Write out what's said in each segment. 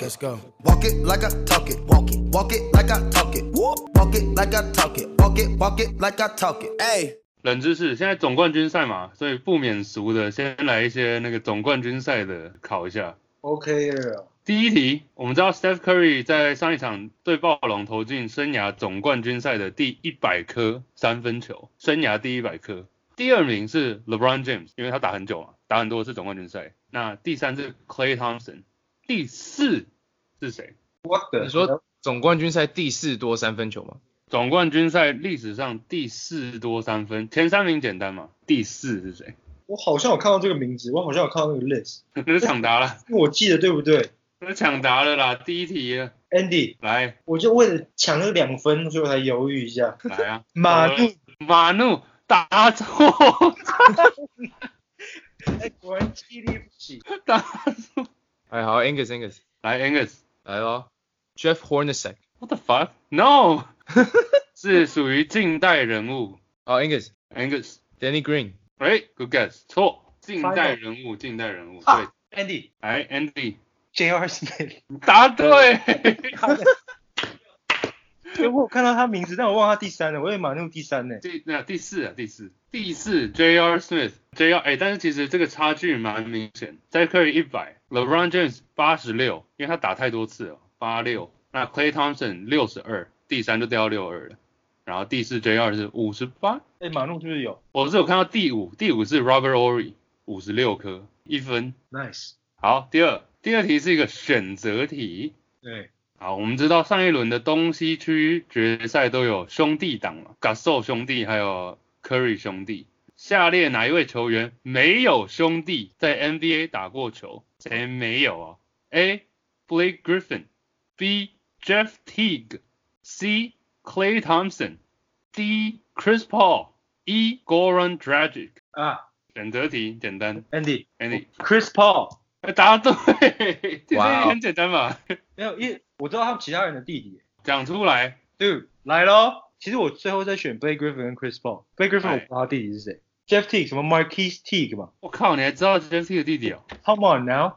Let's go. Walk it like I talk it, walk it, walk it like I talk it, Whoop. walk it like I talk it, walk it, walk it like I talk it. Hey, 冷知识，现在总冠军赛嘛，所以不免俗的，先来一些那个总冠军赛的考一下。 OK 第一题，我们知道 Steph Curry 在上一场对暴龙投进生涯总冠军赛的第一百颗三分球，生涯第一百颗。第二名是 LeBron James，因为他打很久嘛，打很多次总冠军赛。那第三是 Clay Thompson，第四是谁？我的你说总冠军赛第四多三分球吗？总冠军赛历史上第四多三分，前三名简单嘛，第四是谁？ 我好像有看到这个名字，我好像有看到那个 list，那是抢答了。因为我记得对不对那抢答了啦，第一题了？Andy，来我就为了抢那个两分，所以我才犹豫一下。，来啊马路，马怒答错，哎，果然记忆力不行。答错，哎，好，Angus Angus 来 Angus，what 来咯 Jeff Hornacek， the fuck，no，是属于近代人物哦，Angus Angus， Danny Green，哎，good guess，错，近代人物，近代人物，啊对， Andy，J.R. 来 Andy， Smith，答对，因为哎我有看到他名字，但我忘了他第三了，我以为马路第三呢。第那第四啊，第四，第四 J.R. Smith，J.R. 哎，但是其实这个差距蛮明显，Steph Curry 一百，LeBron James 八十六，因为他打太多次了，八六。那 Clay Thompson 六十二，第三就掉到六二了，然后第四 J.R. 是五十八，哎，马路是不是有我是有看到第五，第五是 Robert Ory 五十六颗一分。 ？Nice，好，第二，第二题是一个选择题，对，好，我们知道上一轮的东西区决赛都有兄弟档嘛，Gasol 兄弟还有 Curry 兄弟。下列哪一位球员没有兄弟在 NBA 打过球？谁没有啊？A. Blake Griffin，B. Jeff Teague，C. Clay Thompson，D. Chris Paul，E. Goran Dragic。啊选择题简单，Andy，Chris ，Andy 哎 Paul，答对， 其实哇哦很简单嘛，没有，因为我知道他们其他人的弟弟。讲出来。 Dude，来咯。其实我最后在选 Blake Griffin 跟 Chris Paul。Blake Griffin 哎我不知道他弟弟是谁，Jeff Teague 什么 Marquise Teague 嘛。我靠，你还知道 Jeff T 的弟弟哦？ Come on now。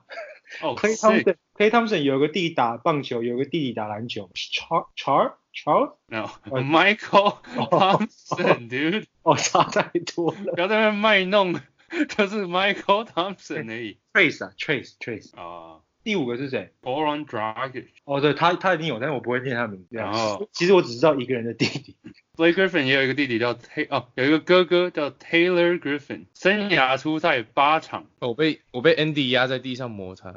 哦， Clay 是 Thompson，Clay Thompson 有个弟弟打棒球，有个弟弟打篮球。Char Char Char？ No, 呃 Michael Thompson, dude，哦，差太多了。不要在那边卖弄，就是 Michael Thompson 而已 Trace 啊，Trace Trace。啊。第五个是谁？ Goran Dragic, 哦，对他他一定有，但是我不会念他名字。然后其实我只知道一个人的弟弟。 Blake Griffin 也有一个弟弟叫 Tay，哦，有一个哥哥叫 Taylor Griffin，生涯出赛八场。 哦我被我被 Andy 压在地上摩擦，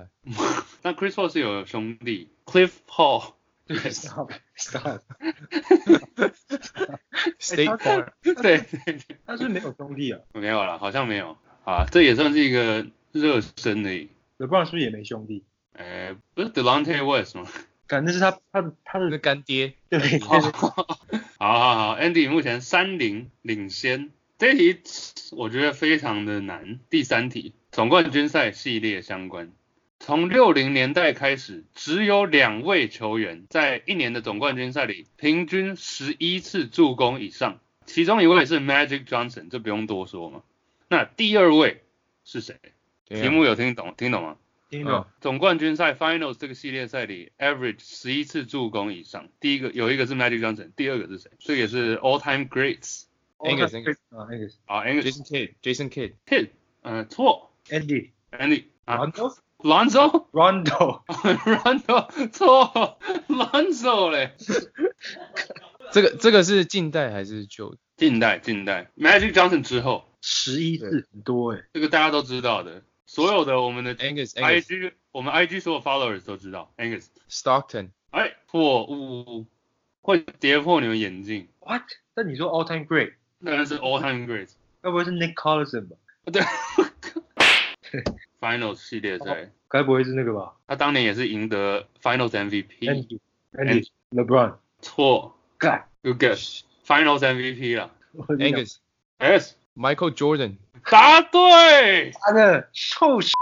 那 Chris Paul 是有兄弟，Cliff Paul， Stop Oh， Stop。 State 哎他 Farm， 对 对对，他是不是没有兄弟啊没有了，好像没有啊，这也算是一个热身而已。 ？LeBron 是不是也没兄弟？哎，不是 Delonte West 吗？反正是他他的他那的干爹对好，Oh 好好，Andy 目前三零领先。这一题我觉得非常的难。第三题，总冠军赛系列相关。从六零年代开始，只有两位球员在一年的总冠军赛里平均十一次助攻以上，其中一位是 Magic Johnson，这不用多说嘛。那第二位是谁？对啊题目有听懂听懂吗？听懂嗯总冠军赛 Finals 这个系列赛里，average 十一次助攻以上。第一个有一个是 Magic Johnson，第二个是谁？这个也是 All Time Greats。 Angus，哦他啊，Angus 啊 a n g u s Jason Kidd，Jason Kidd， Kidd，嗯，错 Andy ，Andy 啊 Rondo ，Lonzo Rondo Rondo 错，Lonzo 嘞，这个这个是近代还是旧的？近代近代 Magic Johnson 之后，十一次很多哎。这个大家都知道的，所有的我们的哎 Angus Angus IG 我们 IG 所有 followers 都知道 Angus， Stockton，哎，错误，会跌破你们眼镜， What？但你说 All Time Great，当然是 All Time Greats。该不会是 Nick Collison 吧？对，Finals 系列赛，该不会是那个吧他当年也是赢得 Finals MVP。 ？Andy Andy LeBron 错 God ，You guess Finals MVP 啦。我的娘 Angus S， Michael Jordan，答对。妈的臭 shit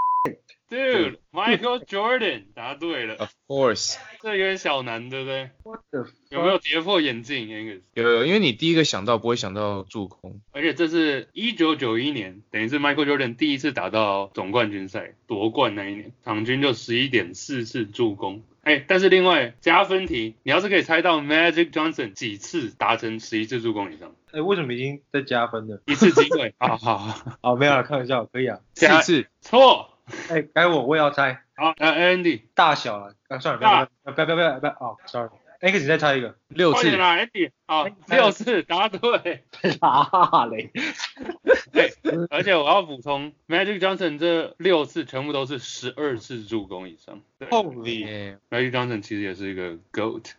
Dude, Michael Jordan 答对了， Of course，这有点小难，对不对？ the fuck？有没有跌破眼镜，Angus？有有，因为你第一个想到不会想到助攻，而且这是一九九一年，等于是 Michael Jordan 第一次打到总冠军赛夺冠那一年，场均就十一点四次助攻。哎，但是另外加分题，你要是可以猜到 Magic Johnson 几次达成十一次助攻以上，哎、为什么已经在加分了？一次机 会，好好好，哦，没有了，开玩笑，可以啊。四加次错。哎、该我，我也要猜好，那 Andy，大小了。啊，算了，不要不要不要不要，哦，sorry。哎，你再猜一个。六快次点，啦，Andy，好，六次答对。啊嘞， 对，而且我要补充，Magic Johnson 这六次全部都是十二次助攻以上。对，Holy，哎，Magic Johnson 其实也是一个 GOAT。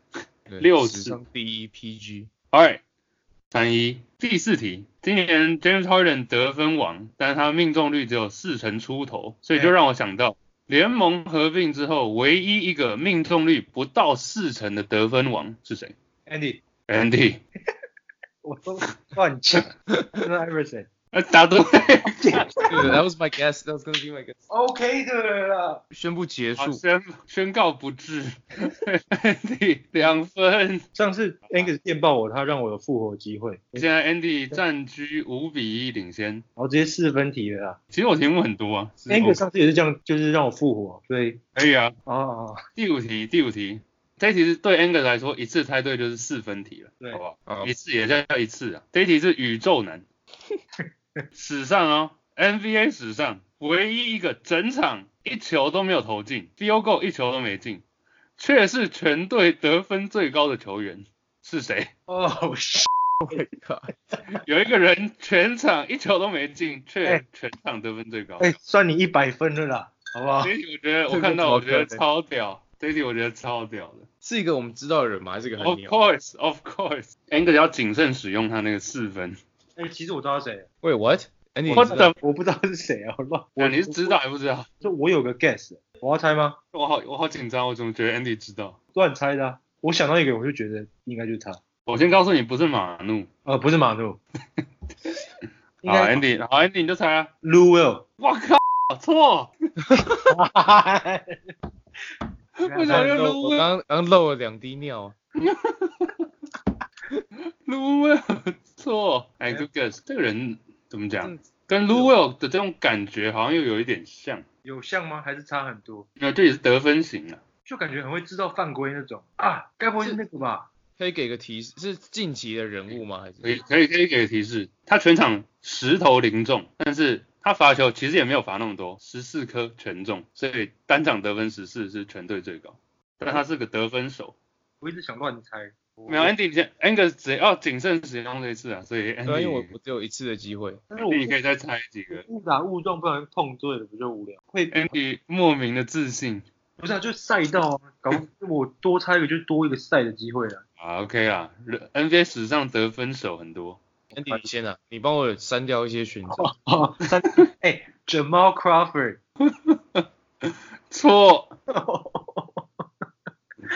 对六次史上第一 PG， Alright，三一第四题，今年 James Harden 得分王，但他命中率只有四成出头，所以就让我想到联盟合并之后唯一一个命中率不到四成的得分王是谁 Andy， ？Andy，我都乱讲。那 Iverson。呃，答对。对，That was my guess, that was gonna be my guess。 OK 的啦。宣布结好，束，宣宣告不治，Andy 两分。上次 Angus 电爆我，他让我有复活机会，现在 Andy 占据五比一领先。然后直接四分题了啦。其实我题目很多啊。 Angus 上次也是这样，就是让我复活，所以可以啊。哦哦，第五题，第五题，这一题是对 Angus 来说一次猜对就是四分题了，对好不好？好一次也叫一次啊。这一题是宇宙男，史上哦，NBA 史上唯一一个整场一球都没有投进 f i e goal 一球都没进，却是全队得分最高的球员是谁？哦哦，是有一个人全场一球都没进，却哎全场得分最高。哎，算你一百分了啦，好不好这？一题我觉得我这个看到超我觉得屌的超屌，这一题我觉得超屌的。是一个我们知道的人吗？还是一个 Of 很牛？ course, of course. Angus 要谨慎使用他那个四分。哎，其实我知道谁，喂，What？Andy，我你知道的，我不知道是谁啊，我乱。那你是知道还不知道？ 就我有个 guess，我要猜吗？我好我好紧张，我怎么觉得 Andy 知道？乱猜的、啊。我想到一个，我就觉得应该就是他。我先告诉你，不是马怒。呃，不是马 路，应好该，Andy，好，Andy 你就猜啊。 Lou Will。我靠，错！为什么又我 Lou 刚刚刚漏了两滴尿啊， Will？Lou Will 错。哎，Good guess。这个人怎么讲真？跟 Lou Will 的这种感觉好像又有一点像，有像吗？还是差很多？那这也是得分型啊。就感觉很会制造犯规那种啊，该不会是那个吧？可以给个提示，是近期的人物吗？还可以是可以可以给个提示，他全场十投零中，但是他罚球其实也没有罚那么多，十四颗全中，所以单场得分十四是全队最高。但他是个得分手，我一直想乱猜。没有哎 Andy 先 Angus 只要谨慎使用这一次啊，所以对啊，因为我 Andy 我只有一次的机会，但是我 Andy 可以哎再猜几个误打误撞，不然碰对了不就无聊？会，Andy 莫名的自信不是啊，就赛道啊，搞不我多猜一个就多一个赛的机会了。啊，OK 啦人，NBA 史上得分手很多， a n d y 你先啊，你帮我删掉一些选择。哦， 三哎，Jamal Crawford， 错，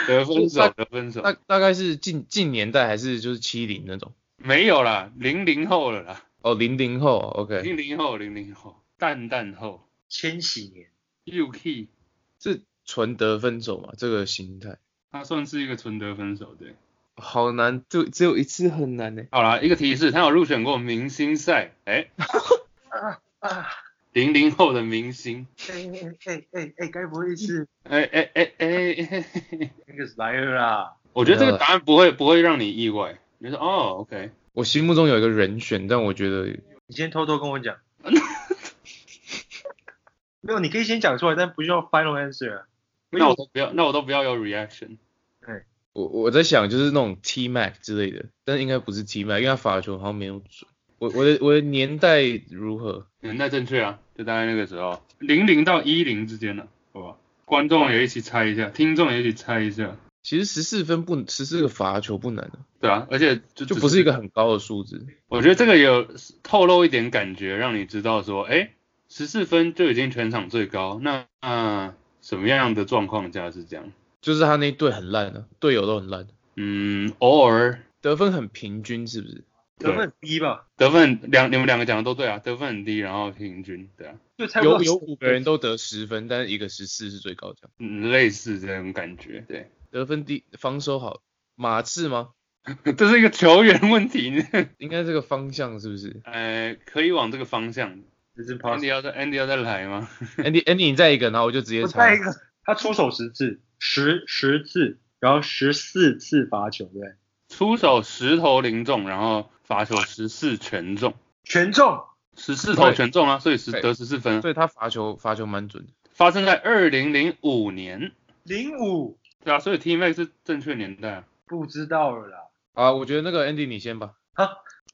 得分手那得分手大大概是近近年代还是就是七零那种？没有啦，零零后了啦，哦，零零后，OK，零零后零零后，蛋蛋后。千禧年， UK，是纯得分手嘛？这个心态他算是一个纯得分手对。好难，就只有一次很难欸呢。好啦，一个提示，他有入选过明星赛， 哎、啊啊，零零后的明星，哎哎哎哎哎，该不会是哎哎哎哎，哎那个莱尔啦？ 我觉得这个答案不会不会让你意外，你就说哦，OK， 我心目中有一个人选，但我觉得你先偷偷跟我讲。没有，你可以先讲出来，但不需要 final answer 啊。那我都不要，那我都不要有 reaction，我我在想就是那种 T Mac 之类的，但应该不是 T Mac，因为他罚球好像没有准。我我的我的年代如何？年代正确啊，就大概那个时候，零零到一零之间了、好不好？观众也一起猜一下，听众也一起猜一下，其实十四分不十四个罚球不难啊，对啊，而且就就只不是一个很高的数字。我觉得这个有透露一点感觉，让你知道说，哎，十四分就已经全场最高，那啊什么样的状况下是这样？就是他那一队很烂啊，队友都很烂，嗯，偶尔得分很平均是不是？得分很低吧？得分两你们两个讲的都对啊，得分很低，然后平均对啊，就差不有多有五个人都得十分，但是一个十四是最高这样。嗯，类似这种感觉，对， 得分低，防守好，马刺吗？这是一个球员问题，应该这个方向是不是呃，可以往这个方向。只是 Andy 要再 Andy 要再来吗？ ？Andy Andy 你再一个，然后我就直接我再猜一。个，他出手十次，十十次，然后十四次罚球，对不对，出手十投零中，然后罚球十四全中，全中。十四投全中啊，所以十对得十四分啊。对他罚球罚球蛮准的。发生在二零零五年，零五对啊，所以 T Max 是正确年代啊。不知道了啦，啊，我觉得那个 Andy 你先吧。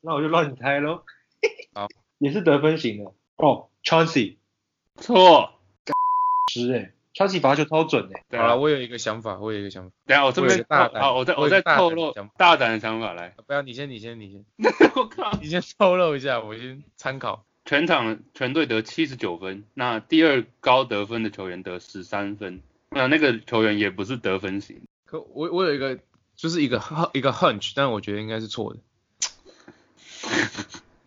那我就乱猜喽。好， 也是得分型的哦。Chauncey 错，十哎、c h a u n c e y 罚球超准哎、对好啊了，，我有一个想法，我有一个想法。等一下我这我有边哦一个大胆好，我再我有我一个再大胆透的露想法大胆的想法来， 呃不要你先，你先，你先，我靠，你先 透露一下，我先参考。全场全队得七十九分，那第二高得分的球员得十三分，那那个球员也不是得分型，可我我有一个就是一个 hu- 一个 hunch，但我觉得应该是错 的。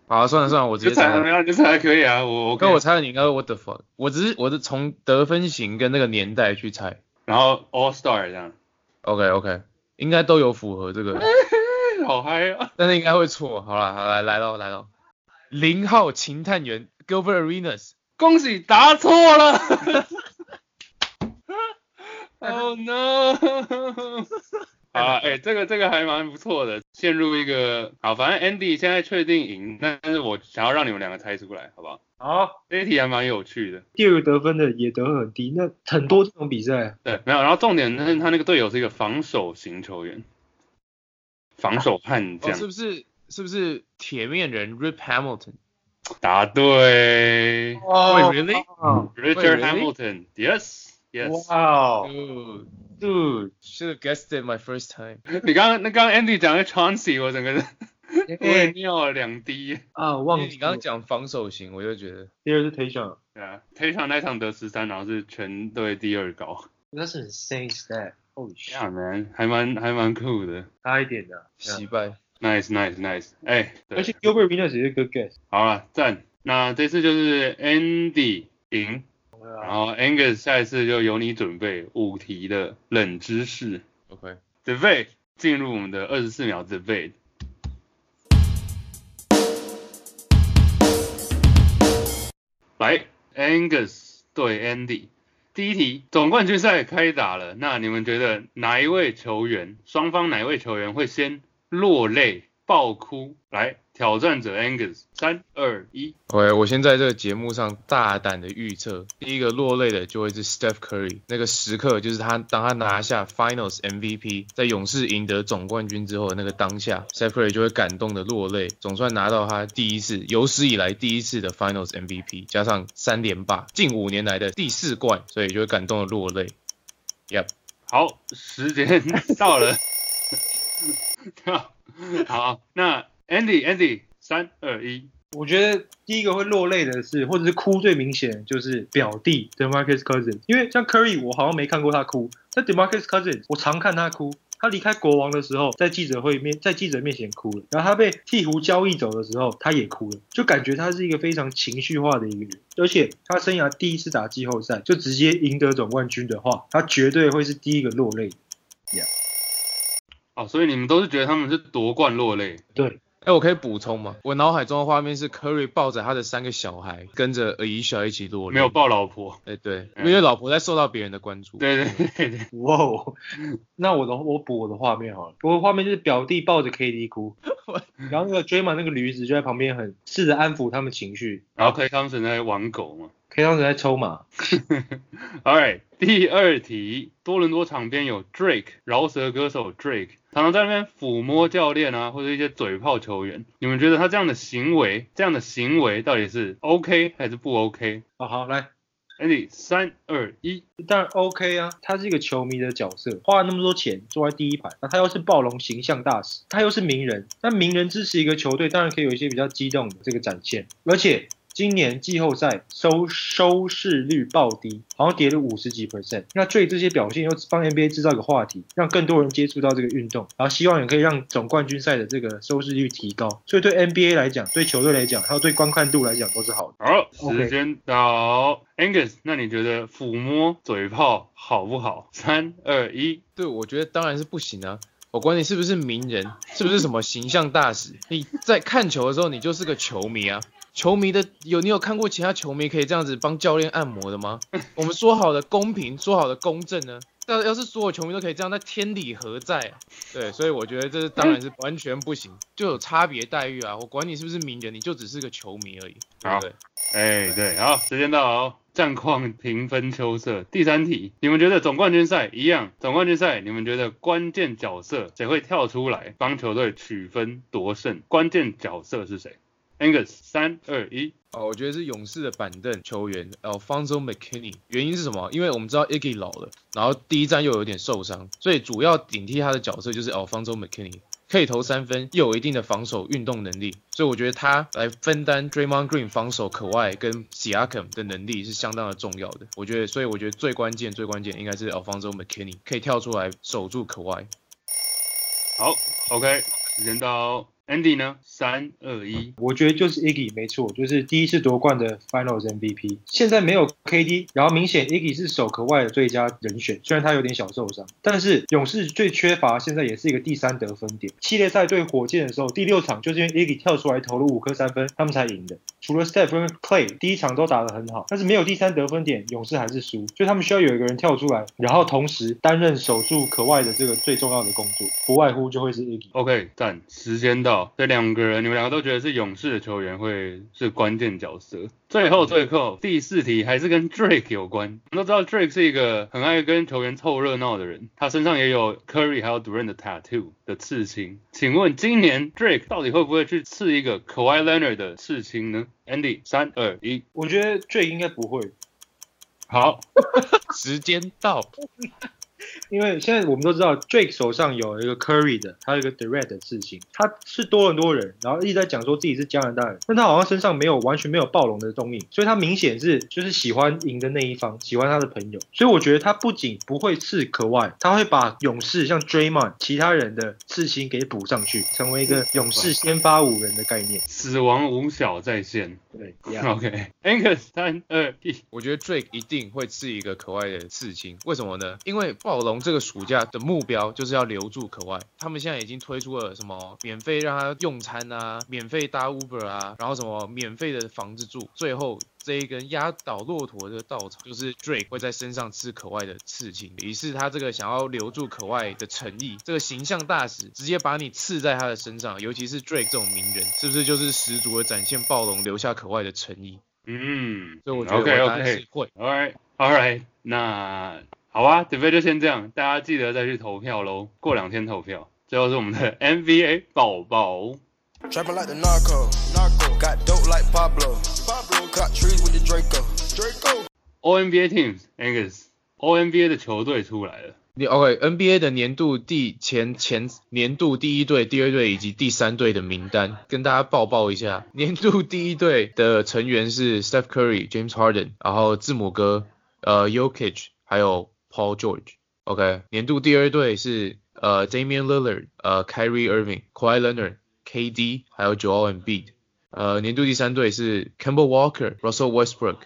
好、啊，算了算了，我直就接猜猜没了。有，就猜还可以啊，我我跟我猜了你应该 what the fuck，我只是我是从得分型跟那个年代去猜。然后 All Star 这样， OK OK，应该都有符合这个，好嗨啊！但是应该会错。好了，好来来喽来喽，零号秦探员 Gilbert Arenas，恭喜答错 了，Oh no！好啊，哎、这个这个还蛮不错的，陷入一个好，反正 Andy 现在确定赢，但是我想要让你们两个猜出来，好不好？好，这一题还蛮有趣的。第二个得分的也得分很低，那很多这种比赛对，没有。然后重点是他那个队友是一个防守型球员，防守悍哦将。是不是是不是铁面人 Rip Hamilton？答对哦喂，really？哇，Richard really？ Hamilton。Yes, yes。哦 Dude, ，dude， should have guessed it my first time. 你刚刚那刚刚 Andy 讲的 Chauncey，我整个人哎、 我也尿了两滴。啊，因忘为记你刚刚了讲防守型，我就觉得第二是 t a y s o n 对啊 t a y s o n 那场得十三，然后是全队第二高。那是很 insane stat，holy shit， Yeah man，还蛮还蛮酷的。差一点的、惜败。 Nice, nice, nice。哎，对而且 Gilbert Venus 也是 good guess，好了，赞。那这次就是 Andy 赢，啊然后 Angus 下一次就由你准备五题的冷知识。 OK， debate 进入我们的二十四秒 debate。来，Angus 对 Andy，第一题，总冠军赛开打了，那你们觉得哪一位球员，双方哪一位球员会先落泪爆哭？来，挑战者 Angus，三二一，喂，我先在这个节目上大胆的预测，第一个落泪的就会是 Steph Curry，那个时刻就是他当他拿下 Finals MVP，在勇士赢得总冠军之后的那个当下，Steph Curry 就会感动的落泪，总算拿到他第一次有史以来第一次的 Finals MVP，加上三连霸，近五年来的第四冠，所以就会感动的落泪。Yep，好，时间 到了。好，那 Andy，Andy，三二一。我觉得第一个会落泪的是，或者是哭最明显的就是表弟 Demarcus Cousins，因为像 Curry 我好像没看过他哭，但 Demarcus Cousins 我常看他哭。他离开国王的时候，在记者会面在记者面前哭了，然后他被鹈鹕交易走的时候，他也哭了，就感觉他是一个非常情绪化的一个人。而且他生涯第一次打季后赛就直接赢得总冠军的话，他绝对会是第一个落泪的。哦，所以你们都是觉得他们是夺冠落泪，对，哎、我可以补充吗？我脑海中的画面是 Curry 抱着他的三个小孩，跟着 Aisha 一起落泪。没有抱老婆。哎、对，嗯因为老婆在受到别人的关注。，对对对对， 哇哦！那我的我补我的画面好了，我的画面就是表弟抱着 KD 哭，然后那个 d r a m o n 那个驴子就在旁边很试着安抚他们情绪然后 Clay Thompson 在玩狗嘛。 ，K 当时在抽马， All right，第二题，多伦多场边有 Drake 饶舌歌手 Drake，常常在那边抚摸教练啊，或者一些嘴炮球员。你们觉得他这样的行为，这样的行为到底是 OK 还是不 OK？Andy，、哦好来，三二一，当然 OK 啊，他是一个球迷的角色，花了那么多钱坐在第一排，那他又是暴龙形象大使，他又是名人，那名人支持一个球队，当然可以有一些比较激动的这个展现，而且今年季后赛收 收视率暴跌，好像跌了五十几 percent。那对这些表现又帮 NBA 制造一个话题，让更多人接触到这个运动，然后希望也可以让总冠军赛的这个收视率提高。所以对 NBA 来讲，对球队来讲，还有对观看度来讲都是好的。好， OK 时间到。Angus，那你觉得抚摸嘴炮好不好？三二一，对，我觉得当然是不行啊。我管你是不是名人，是不是什么形象大使，你在看球的时候，你就是个球迷啊。球迷的有你有看过其他球迷可以这样子帮教练按摩的吗？我们说好的公平，说好的公正呢？但要是所有球迷都可以这样，那天理何在啊？对，所以我觉得这是当然是完全不行，就有差别待遇啊！我管你是不是名人，你就只是个球迷而已，对好不对？哎，对，好，时间到哦。战况平分秋色。第三题，你们觉得总冠军赛一样？总冠军赛，你们觉得关键角色谁会跳出来帮球队取分夺胜？关键角色是谁？Angus，三二一，哦，我觉得是勇士的板凳球员 Alfonso McKinney。原因是什么？因为我们知道 Iggy 老了，然后第一站又有点受伤，所以主要顶替他的角色就是 Alfonso McKinney，可以投三分，又有一定的防守运动能力，所以我觉得他来分担 Draymond Green 防守可外跟 Siakam 的能力是相当的重要的。我觉得，所以我觉得最关键最关键应该是 Alfonso McKinney 可以跳出来守住可外。好，OK，时间到哦。Andy 呢？三二一，我觉得就是 Iggy 没错，就是第一次夺冠的 Finals MVP。现在没有 KD，然后明显 Iggy 是首可外的最佳人选，虽然他有点小受伤，但是勇士最缺乏现在也是一个第三得分点。系列赛对火箭的时候，第六场就是因为 Iggy 跳出来投了五颗三分，他们才赢的。除了 Steph 跟 Clay 第一场都打得很好，但是没有第三得分点，勇士还是输，所以他们需要有一个人跳出来，然后同时担任守住可外的这个最重要的工作，不外乎就会是 Iggy。 OK，赞，时间到。这两个人，你们两个都觉得是勇士的球员会是关键角色。最后最后第四题还是跟 Drake 有关。我们都知道 Drake 是一个很爱跟球员凑热闹的人，他身上也有 Curry 还有 Durant 的 tattoo 的刺青。请问今年 Drake 到底会不会去刺一个 Kawhi Leonard 的刺青呢？Andy，三二一，我觉得 Drake 应该不会，好，时间到，因为现在我们都知道，Drake 手上有一个 Curry 的，还有一个 Durant 的事情，他是多伦多人，然后一直在讲说自己是加拿大人，但他好像身上没有完全没有暴龙的踪影，所以他明显是就是喜欢赢的那一方，喜欢他的朋友，所以我觉得他不仅不会刺可外，他会把勇士像 Draymond 其他人的刺青给补上去，成为一个勇士先发五人的概念。死亡五小在线。对嗯 OK，Angus，三二一，我觉得 Drake 一定会刺一个可外的刺青，为什么呢？因为暴龙这个暑假的目标就是要留住可外，他们现在已经推出了什么免费让他用餐啊，免费搭 Uber 啊，然后什么免费的房子住，最后。这一根压倒骆驼的稻草，就是 Drake 会在身上刺可外的刺青，以示他这个想要留住可外的诚意。这个形象大使直接把你刺在他的身上，尤其是 Drake 这种名人，是不是就是十足的展现暴龙留下可外的诚意？嗯，所以我觉得我 OK 答案 OK 是。会。 All right, all right，那好吧，准备就先这样，大家记得再去投票喽，过两天投票。最后是我们的 NBA 宝宝， Trapping like the narco. Narco. Got dope like Pablo. Pablo. Got trees with the Draco. Draco. O NBA teams Angus O NBA 的球队出来了，你 OK NBA 的年度第前前年度第一队、第二队以及第三队的名单，跟大家报报一下。 年度第一队的成员是 Steph Curry、James Harden，然后字母哥、呃 Yokich，还有 Paul George。OK，年度第二队是呃 Damian Lillard、呃 Kyrie Irving、Kawhi Leonard、KD，还有 Joel Embiid。呃，年度第三队是 Kemba Walker、Russell Westbrook、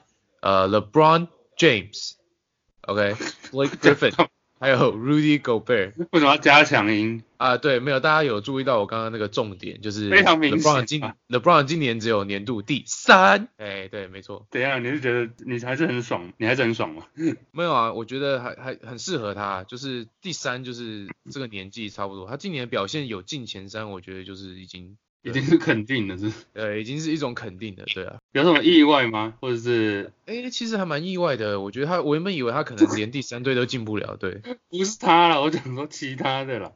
呃 LeBron James。OK，Blake Griffin，还 有 Rudy Gobert 为什么要加强营？啊，对，没有，大家有注意到我刚刚那个重点，就是非常明显 LeBron 今啊 LeBron 今年只有年度第三，哎，对，没错，等一下，你是觉得你还是很爽，你还是很爽吗？没有啊，我觉得还还很适合他，就是第三，就是这个年纪差不多，他今年的表现有进前三，我觉得就是已经已经是肯定的是，呃已经是一种肯定的，对啊，有什么意外吗？或者是哎，其实还蛮意外的，我觉得他我原本以为他可能连第三队都进不了，对，不是他了？我想说其他的啦。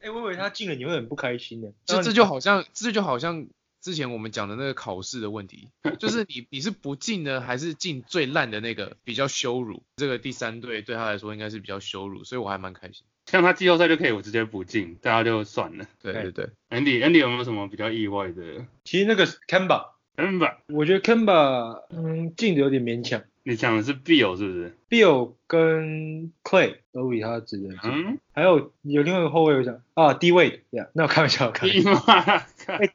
哎、我以为他进了你会很不开心的，嗯这这就好像这就好像之前我们讲的那个考试的问题，就是你你是不进呢，还是进最烂的那个比较羞辱？这个第三队对他来说应该是比较羞辱，所以我还蛮开心。像他季后赛就可以我直接不进，大家就算了。对对对对， Andy，Andy 有没有什么比较意外的？其实那个 Kemba 嗯吧，我觉得 Kemba 嗯进的有点勉强你讲的是 Bill 是不是？ ，Bill 跟 Clay 都比他值得进。 嗯，还有有另外一个后卫，我想啊，D Wade，yeah, 那我开玩笑，我开玩笑你妈看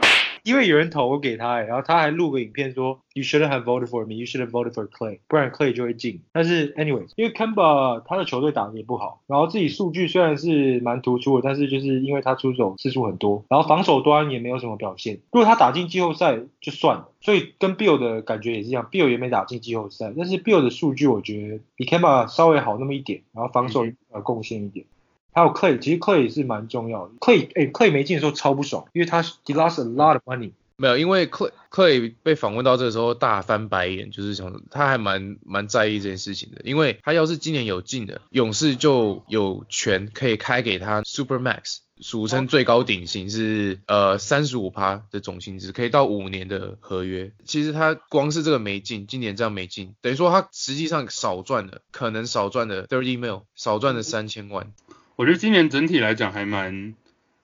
因为有人投我给他、欸，然后他还录个影片说，You shouldn't have voted for me, you should have voted for Clay，不然 Clay 就会进。但是 anyway，因为 Kemba 他的球队打得也不好，然后自己数据虽然是蛮突出的，但是就是因为他出手次数很多，然后防守端也没有什么表现。如果他打进季后赛就算了，所以跟 Bill 的感觉也是一样，Bill 也没打进季后赛，但是 Bill 的数据我觉得比 Kemba 稍微好那么一点，然后防守呃贡献一点。还有 Clay，其实 Clay 也是蛮重要的。Clay，哎、c l a y 没进的时候超不爽，因为他 he lost a lot of money。没有，因为 Clay Clay 被访问到这个时候大翻白眼，就是想他还蛮蛮在意这件事情的，因为他要是今年有进的，勇士就有权可以开给他 Super Max，俗称最高顶薪是呃三十五趴的总薪资，可以到五年的合约。其实他光是这个没进，今年这样没进，等于说他实际上少赚了，可能少赚了 thirty mil，少赚了三千万。 我觉得今年整体来讲还蛮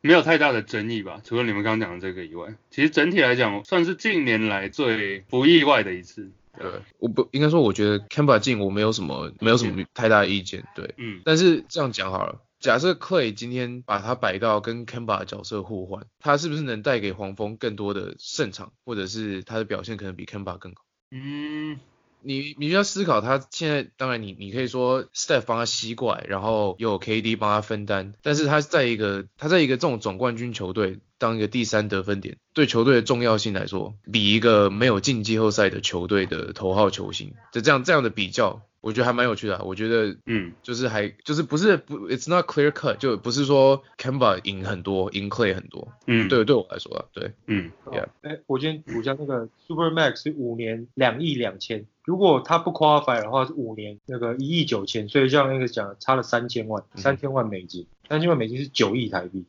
没有太大的争议吧，除了你们刚刚讲的这个以外，其实整体来讲算是近年来最不意外的一次。对，我不应该说，我觉得 Kemba 进我没有什么没有什么太大的意见，对。嗯，但是这样讲好了，假设 Clay 今天把他摆到跟 Kemba 的角色互换，他是不是能带给黄蜂更多的胜场，或者是他的表现可能比 Kemba 更好？嗯，你你就要思考他现在，当然你你可以说 Steph 帮他吸过来，然后又有 KD 帮他分担，但是他在一个他在一个这种总冠军球队当一个第三得分点，对球队的重要性来说，比一个没有进季后赛的球队的头号球星，就这样这样的比较，我觉得还蛮有趣的啊、我觉得嗯，就是还就是不是不，it's not clear cut，就不是说 Kemba 赢很多，赢 Clay 很多。嗯，，对，对我来说啊，对，嗯， Yeah 哎、我今天我家那个 Super Max 是五年两亿两千，如果他不 qualify 的话是五年那个一亿九千，所以像那个讲差了三千万，嗯三千万美金，三千万美金是九亿台币，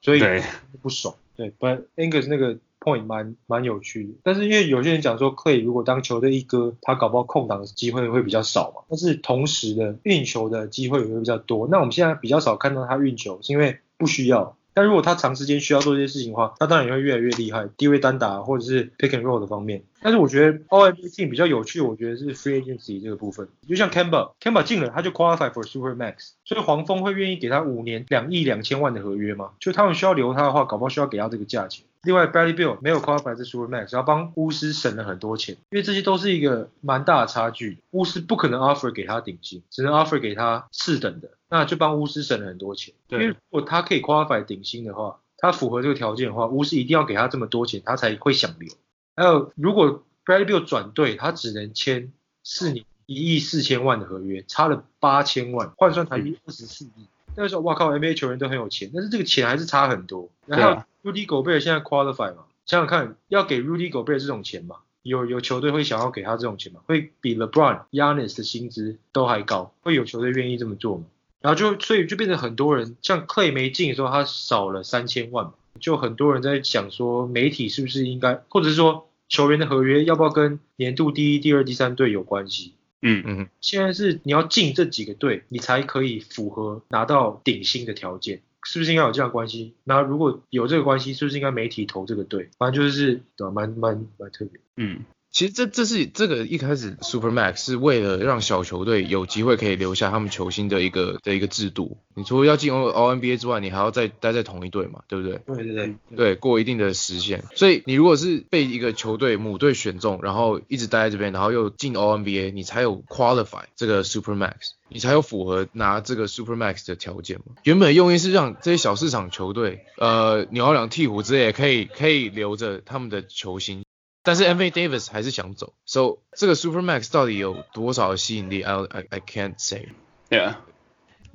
所以对，不爽。对，不然 Angus 那个 point 蛮蛮有趣的，但是因为有些人讲说 Clay 如果当球队一哥，他搞不好空档的机会会比较少嘛，但是同时的运球的机会也会比较多。那我们现在比较少看到他运球，是因为不需要。但如果他长时间需要做这些事情的话，他当然也会越来越厉害，低位单打或者是 pick and roll 的方面。但是我觉得 O M B team 比较有趣，我觉得是 free agency 这个部分，就像 Kemba，Kemba 进了他就 qualify for super max，所以黄蜂会愿意给他五年两亿两千万的合约吗？就他们需要留他的话，搞不好需要给到这个价钱。另外，Bradley Bill 没有 qualify 这 super max，然后帮巫师省了很多钱，因为这些都是一个蛮大的差距，巫师不可能 offer 给他顶薪，只能 offer 给他次等的，那就帮巫师省了很多钱。因对为如果他可以 qualify 顶薪的话，他符合这个条件的话，巫师一定要给他这么多钱，他才会想留。还有，如果 Bradley Beal 转队，他只能签四年一亿四千万的合约，差了八千万，换算台嗯币二十四亿。那个时候，哇靠，NBA 球员都很有钱，但是这个钱还是差很多。然对后啊 Rudy Gobert 现在 qualify 嘛，想想看，要给 Rudy Gobert 这种钱嘛，有有球队会想要给他这种钱吗？会比 LeBron、Yanis 的薪资都还高？会有球队愿意这么做吗？然后就所以就变成很多人，像 Clay 没进的时候，他少了三千万嘛，就很多人在想说，媒体是不是应该，或者是说球员的合约要不要跟年度第一、第二、第三队有关系？嗯，嗯，现在是你要进这几个队，你才可以符合拿到顶薪的条件，是不是应该有这样的关系？那如果有这个关系，是不是应该媒体投这个队？反正就是对吧，蛮蛮蛮特别。嗯，其实这这是这个一开始 Super Max 是为了让小球队有机会可以留下他们球星的一个的一个制度。你除了要进 O O NBA 之外，你还要再待在同一队嘛，对不对？对对对，对，过一定的时限。所以你如果是被一个球队母队选中，然后一直待在这边，然后又进 O N B A，你才有 qualify 这个 Super Max，你才有符合拿这个 Super Max 的条件嘛。原本的用意是让这些小市场球队，呃，纽奥良鹈鹕之类可以可以留着他们的球星。但是 MV Davis 还是想走，so 这个 Super Max 到底有多少的吸引力？I I I can't say。对啊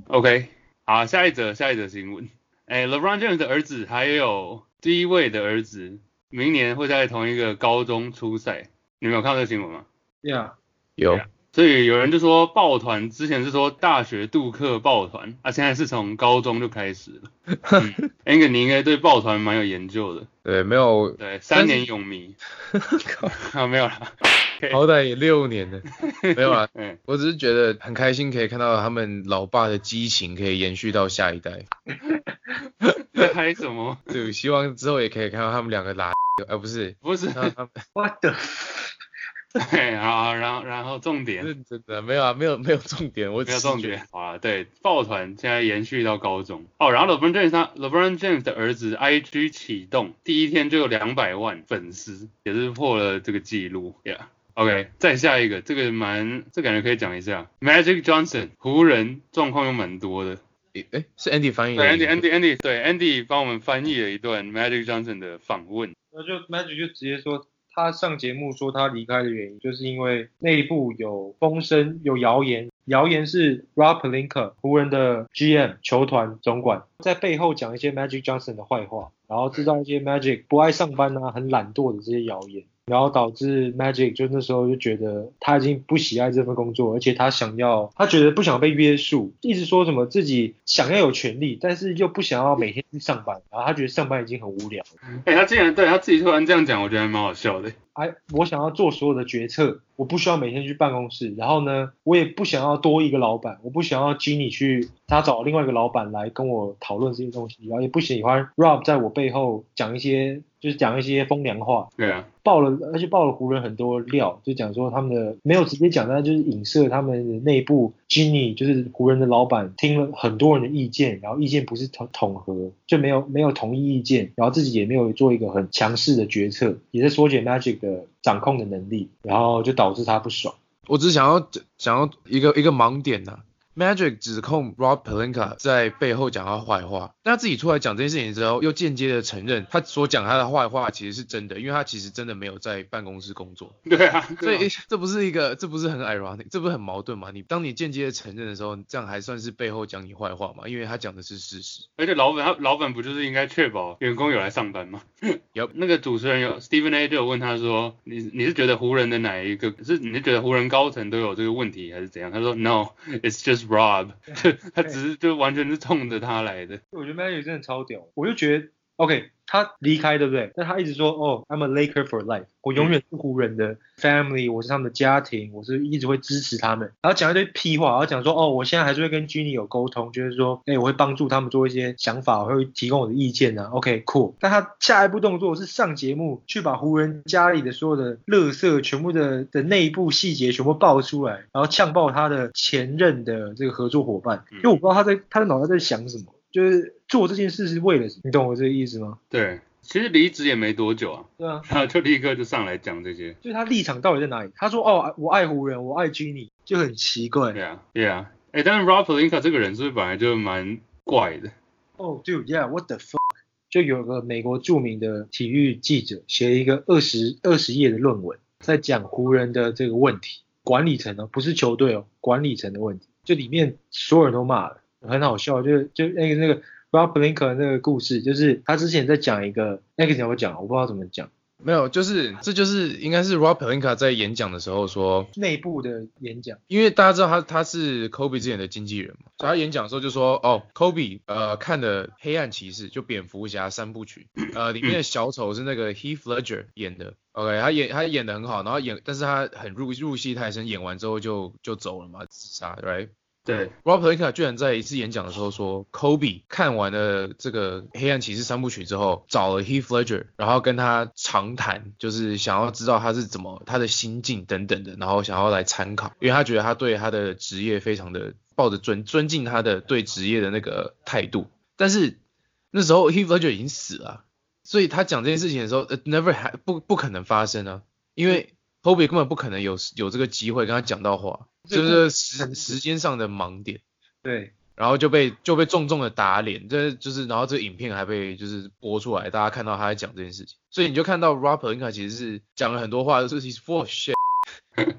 ，OK，好，下一则，下一则新闻，哎，LeBron James 的儿子还有第一位的儿子，明年会在同一个高中出赛，你们有看到这个新闻吗？对啊，有 Yeah 所以有人就说抱团，之前是说大学杜克抱团，啊，现在是从高中就开始了。嗯 Ang，你应该对抱团蛮有研究的，对，没有对，三年泳迷啊，没有啦，好歹也六年了，没有啊，嗯，我只是觉得很开心，可以看到他们老爸的激情可以延续到下一代。在拍什么？对，希望之后也可以看到他们两个拉，呃，不是，不是，看到他 们 What the？嘿好，然后然后重点认真的没有啊，没有没有重点，我只没有是重觉得点。好了，对，抱团现在延续到高中哦。然后 LeBron James 他 LeBron James 的儿子 IG 启动，第一天就有两百万粉丝，也是破了这个记录，Yeah。OK，再下一个，这个蛮，这感觉可以讲一下。Magic Johnson，湖人状况又蛮多的。诶诶是 Andy 翻译的对名字。 ，Andy Andy Andy，对 Andy 帮我们翻译了一段 Magic Johnson 的访问。那就 Magic 就直接说，他上节目说他离开的原因，就是因为内部有风声、有谣言，谣言是 Rob Pelinka 湖人的 GM 球团总管在背后讲一些 Magic Johnson 的坏话，然后制造一些 Magic 不爱上班啊、很懒惰的这些谣言。然后导致 Magic 就那时候就觉得他已经不喜爱这份工作，而且他想要，他觉得不想被约束，一直说什么自己想要有权利，但是又不想要每天去上班，然后他觉得上班已经很无聊了。哎、他竟然对他自己突然这样讲，我觉得还蛮好笑的。哎，我想要做所有的决策，我不需要每天去办公室，然后呢，我也不想要多一个老板，我不想要 Jenny 去他找另外一个老板来跟我讨论这些东西，然后也不喜欢 Rob 在我背后讲一些就是讲一些风凉话，对啊，爆了，而且爆了湖人很多料，就讲说他们的没有直接讲，但就是影射他们的内部 Ginny 就是湖人的老板听了很多人的意见，然后意见不是统统合，就没有没有统一意见，然后自己也没有做一个很强势的决策，也在缩减 Magic 的掌控的能力，然后就导致他不爽。我只想要想要一个一个盲点呐、Magic 指控 Rob Pelinka 在背后讲他坏话，那他自己出来讲这件事情之后，又间接的承认他所讲他的坏话其实是真的，因为他其实真的没有在办公室工作。对啊，所对以 啊这不是一个，这不是很 ironic，这不是很矛盾吗？你当你间接的承认的时候，这样还算是背后讲你坏话吗？因为他讲的是事实。而且老板他老板不就是应该确保员工有来上班吗？ Yup 那个主持人有 Stephen A 就有问他说，你你是觉得湖人的哪一个是你是觉得湖人高层都有这个问题还是怎样？他说 No，it's just Rob，就 他只是就完全是冲着他来的。我觉得 Magic 真的超屌，我就觉得 OK，他离开对不对？但他一直说哦，I'm a Laker for life，我永远是湖人的 family，我是他们的家庭，我是一直会支持他们。然后讲一堆屁话，然后讲说哦，我现在还是会跟 Ginny 有沟通，就是说，哎、我会帮助他们做一些想法，我会提供我的意见啊。OK，cool、但他下一步动作是上节目去把湖人家里的所有的垃圾全部的的内部细节全部爆出来，然后呛爆他的前任的这个合作伙伴，因为我不知道他在他的脑袋在想什么。就是做这件事是为了什么？你懂我这个意思吗？对，其实离职也没多久啊， 对啊，然后就立刻就上来讲这些。就是他立场到底在哪里？他说哦，我爱湖人，我爱 Ginny，就很奇怪。对啊，对啊。哎，但是 Rob Pelinka 这个人是不是本来就蛮怪的？哦、d u d e y e a h w h a t the fuck？就有个美国著名的体育记者写了一个二十二十页的论文，在讲湖人的这个问题，管理层哦，不是球队哦，管理层的问题。就里面所有人都骂了，很好笑。就是就那个那个 Rob Pelinka 那个故事，就是他之前在讲一个那个怎么讲，啊我不知道怎么讲，没有，就是这就是应该是 Rob Pelinka 在演讲的时候说，内部的演讲。因为大家知道他他是 Kobe 之前的经纪人嘛，所以他演讲的时候就说，哦，Kobe 呃看的《黑暗骑士》就蝙蝠侠三部曲，呃里面的小丑是那个 Heath Ledger 演的，OK 他演他演的很好，然后演但是他很入入戏太深，演完之后就就走了嘛，自杀，right？对， Rob Pelinka 居然在一次演讲的时候说，Kobe 看完了这个《黑暗骑士》三部曲之后，找了 Heath Ledger，然后跟他长谈，就是想要知道他是怎么他的心境等等的，然后想要来参考，因为他觉得他对他的职业非常的抱着尊尊敬他的对职业的那个态度。但是那时候 Heath Ledger 已经死了啊，所以他讲这件事情的时候呃，never ha 不不可能发生啊，因为 Kobe 根本不可能有有这个机会跟他讲到话，这就个是时时间上的盲点。对，然后就被就被重重的打脸，这就是然后这个影片还被就是播出来，大家看到他在讲这件事情，所以你就看到 rapper 应该其实是讲了很多话，就是 he's full of shit，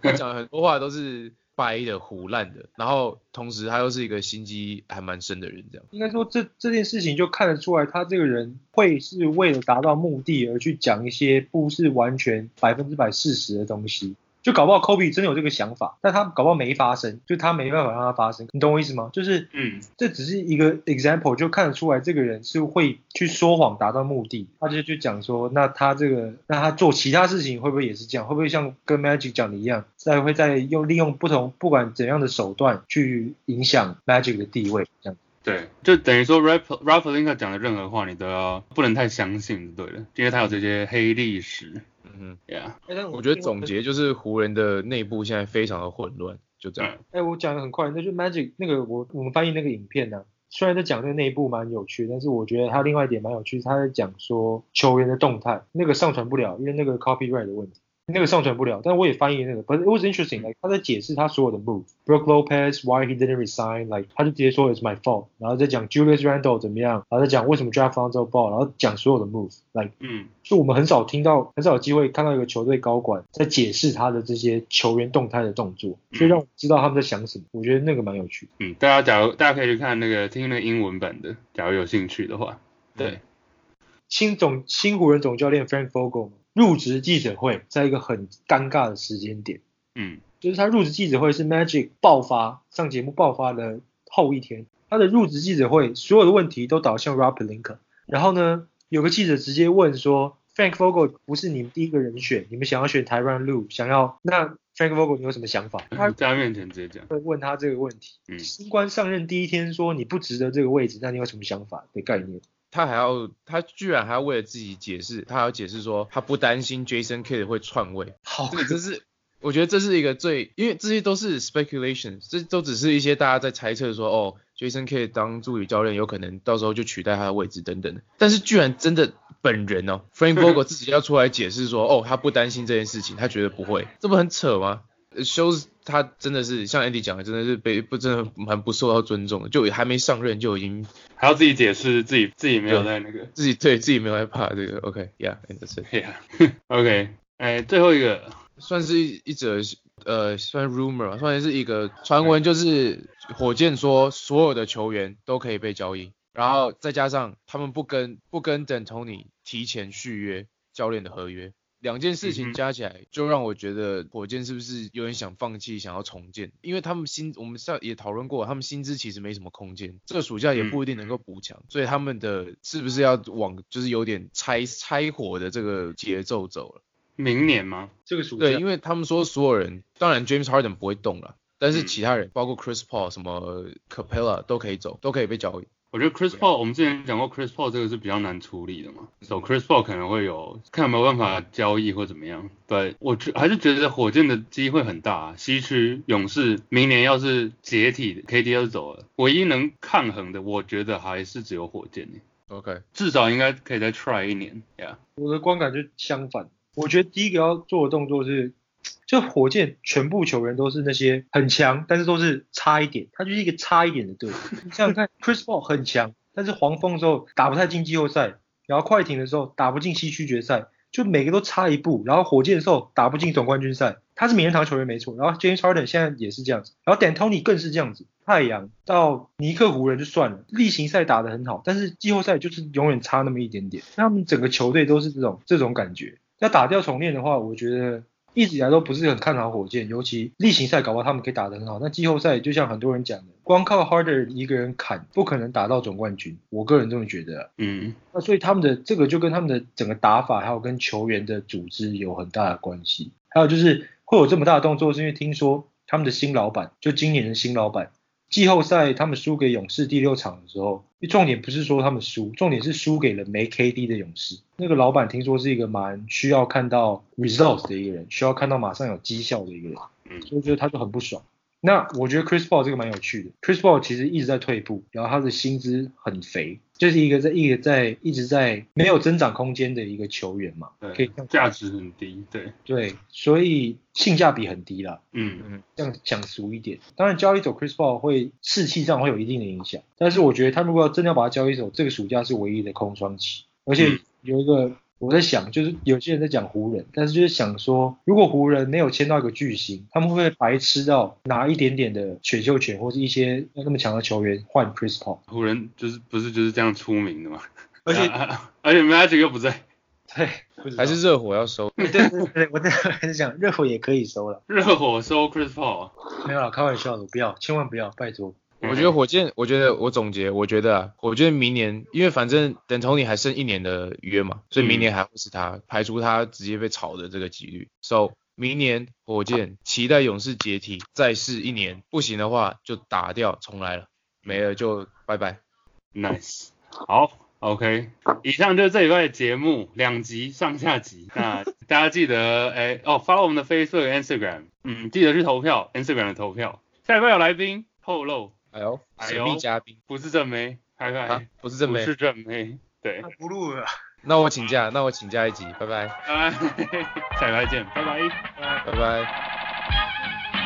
他讲了很多话都是掰的、胡烂的，然后同时他又是一个心机还蛮深的人，这样。应该说这这件事情就看得出来，他这个人会是为了达到目的而去讲一些不是完全百分之百事实的东西。就搞不好 Kobe 真的有这个想法，但他搞不好没发生，就他没办法让它发生，你懂我意思吗？就是嗯，这只是一个 example，就看得出来这个人是会去说谎达到目的。他就去讲说，那他这个，那他做其他事情会不会也是这样？会不会像跟 Magic 讲的一样，再会再用利用不同不管怎样的手段去影响 Magic 的地位？这样对，就等于说 Rap Rap Link 讲的任何话，你都要不能太相信，对了，因为他有这些黑历史。嗯，Yeah，哎哼，我觉得总，结就是湖人的内部现在非常的混乱，就这样。哎、我讲的很快，那就 Magic 那个我我们翻译那个影片呢、虽然在讲这个内部蛮有趣，但是我觉得他另外一点蛮有趣，他在讲说球员的动态，那个上传不了，因为那个 copyright 的问题，那个上传不了。但我也翻译那个，but it was interesting，、like, 他在解释他所有的 move，Brook Lopez why he didn't resign，like 他就直接说 it's my fault，然后再讲 Julius Randle 怎么样，然后再讲为什么 draft Lonzo Ball，然后讲所有的 move，like 嗯，就我们很少听到，很少有机会看到一个球队高管在解释他的这些球员动态的动作，所以让我知道他们在想什么。我觉得那个蛮有趣的。嗯，大家假如大家可以去看那个听那个英文版的，假如有兴趣的话。对，新总新湖人总教练 Frank Vogel 入职记者会，在一个很尴尬的时间点，嗯就是他入职记者会是 Magic 爆发上节目爆发的后一天，他的入职记者会所有的问题都导向 Rob Pelinka。然后呢，有个记者直接问说，Frank Vogel 不是你们第一个人选，你们想要选 Tyron Lue，想要那 Frank Vogel 你有什么想法？他在他面前直接讲，会问他这个问题。嗯新官上任第一天说你不值得这个位置，那你有什么想法的概念？他还要，他居然还要为了自己解释，他还要解释说他不担心 Jason Kidd 会篡位，好这个真是，我觉得这是一个最，因为这些都是 speculation，这都只是一些大家在猜测说，哦，Jason Kidd 当助理教练有可能到时候就取代他的位置等等的，但是居然真的本人哦，Frank Vogel 自己要出来解释说，哦，他不担心这件事情，他觉得不会，这不很扯吗？呃 shows 他真的是像 Andy 讲的，真的是被不真的蛮不受到尊重的，就还没上任就已经还要自己解释自己自己没有在那个。 自己对自己没有害怕这个，OK，yeah，and、that's it。 Yeah，OK，哎，最后一个，算是一一则呃，算 rumor 吧，算是一个传闻，就是火箭说所有的球员都可以被交易，然后再加上他们不跟不跟等 Tony 提前续约教练的合约，两件事嗯情哼加起来就让我觉得火箭是不是有点想放弃，想要重建？因为他们薪我们上也讨论过，他们薪资其实没什么空间，这个暑假也嗯不一定能够补强，所以他们的是不是要往就是有点拆拆伙的这个节奏走了？明年吗？这个暑对，假因为他们说所有人，当然 James Harden 不会动了，但是嗯其他人，包括 Chris Paul、什么 Capella 都可以走，都可以被交易。我觉得 Chris Paul，我们之前讲过 Chris Paul 这个是比较难处理的嘛，所、so、Chris Paul 可能会有看有没有办法交易或怎么样。对，我觉还是觉得火箭的机会很大、啊，西区勇士明年要是解体，KD 就走了，唯一能抗衡的，我觉得还是只有火箭耶 OK，至少应该可以再 try 一年，Yeah，我的观感就相反。我觉得第一个要做的动作是，就火箭全部球员都是那些很强，但是都是差一点，他就是一个差一点的 队伍。你想想看，Chris Paul 很强，但是黄蜂的时候打不太进季后赛，然后快艇的时候打不进西区决赛，就每个都差一步。然后火箭的时候打不进总冠军赛，他是名人堂球员没错。然后 James Harden 现在也是这样子，然后 D'Antoni 更是这样子。太阳到尼克湖人就算了，例行赛打得很好，但是季后赛就是永远差那么一点点。他们整个球队都是这种这种感觉。要打掉重练的话，我觉得一直以来都不是很看好火箭，尤其例行赛搞不好他们可以打得很好，那季后赛就像很多人讲的，光靠 Harder 一个人砍不可能打到总冠军，我个人这么觉得啊、嗯，那所以他们的这个就跟他们的整个打法，还有跟球员的组织有很大的关系。还有就是会有这么大的动作，是因为听说他们的新老板，就今年的新老板，季后赛他们输给勇士第六场的时候，重点不是说他们输，重点是输给了没 KD 的勇士。那个老板听说是一个蛮需要看到 results 的一个人，需要看到马上有绩效的一个人，嗯所以觉得他就很不爽。那我觉得 Chris Paul 这个蛮有趣的，Chris Paul 其实一直在退步，然后他的薪资很肥，就是一个在一个在一直在没有增长空间的一个球员嘛，可对以这，样价值很低，对，对，所以性价比很低啦。嗯，这样讲俗一点，当然交易走 Chris Paul 会士气上会有一定的影响，但是我觉得他如果要真的要把他交易走，这个暑假是唯一的空窗期。而且嗯有一个我在想，就是有些人在讲湖人，但是就是想说，如果湖人没有签到一个巨星，他们会不会白吃到拿一点点的选秀权或是一些没有那么强的球员换 Chris Paul？ 湖人就是不是就是这样出名的嘛，而且啊啊而且 Magic 又不在， 对，不知道嗯还是热火要收？ 对对对对，我在还是想热火也可以收了， 热火收 Chris Paul，没有啦，开玩笑的，不要，千万不要，拜托。我觉得火箭，我觉得我总结，我觉得啊，我觉得明年，因为反正等 Tony 还剩一年的约嘛，所以明年还会是他，排除他直接被炒的这个几率。So 明年火箭期待勇士解体，再试一年，不行的话就打掉，重来了，没了就拜拜。 Nice，好，OK，以上就是这一块的节目，两集上下 集。那大家记得，哎、哦，follow 我们的 Facebook、Instagram，嗯，记得去投票，Instagram 的投票。下礼拜有来宾透露，哎呦，哎神呦哎秘嘉宾不是正妹，拜拜，啊，不是正不妹是，正妹，对，那不录了，那我请假，那我请 假一集，拜拜，拜拜，下礼拜见，拜拜。拜拜。拜拜。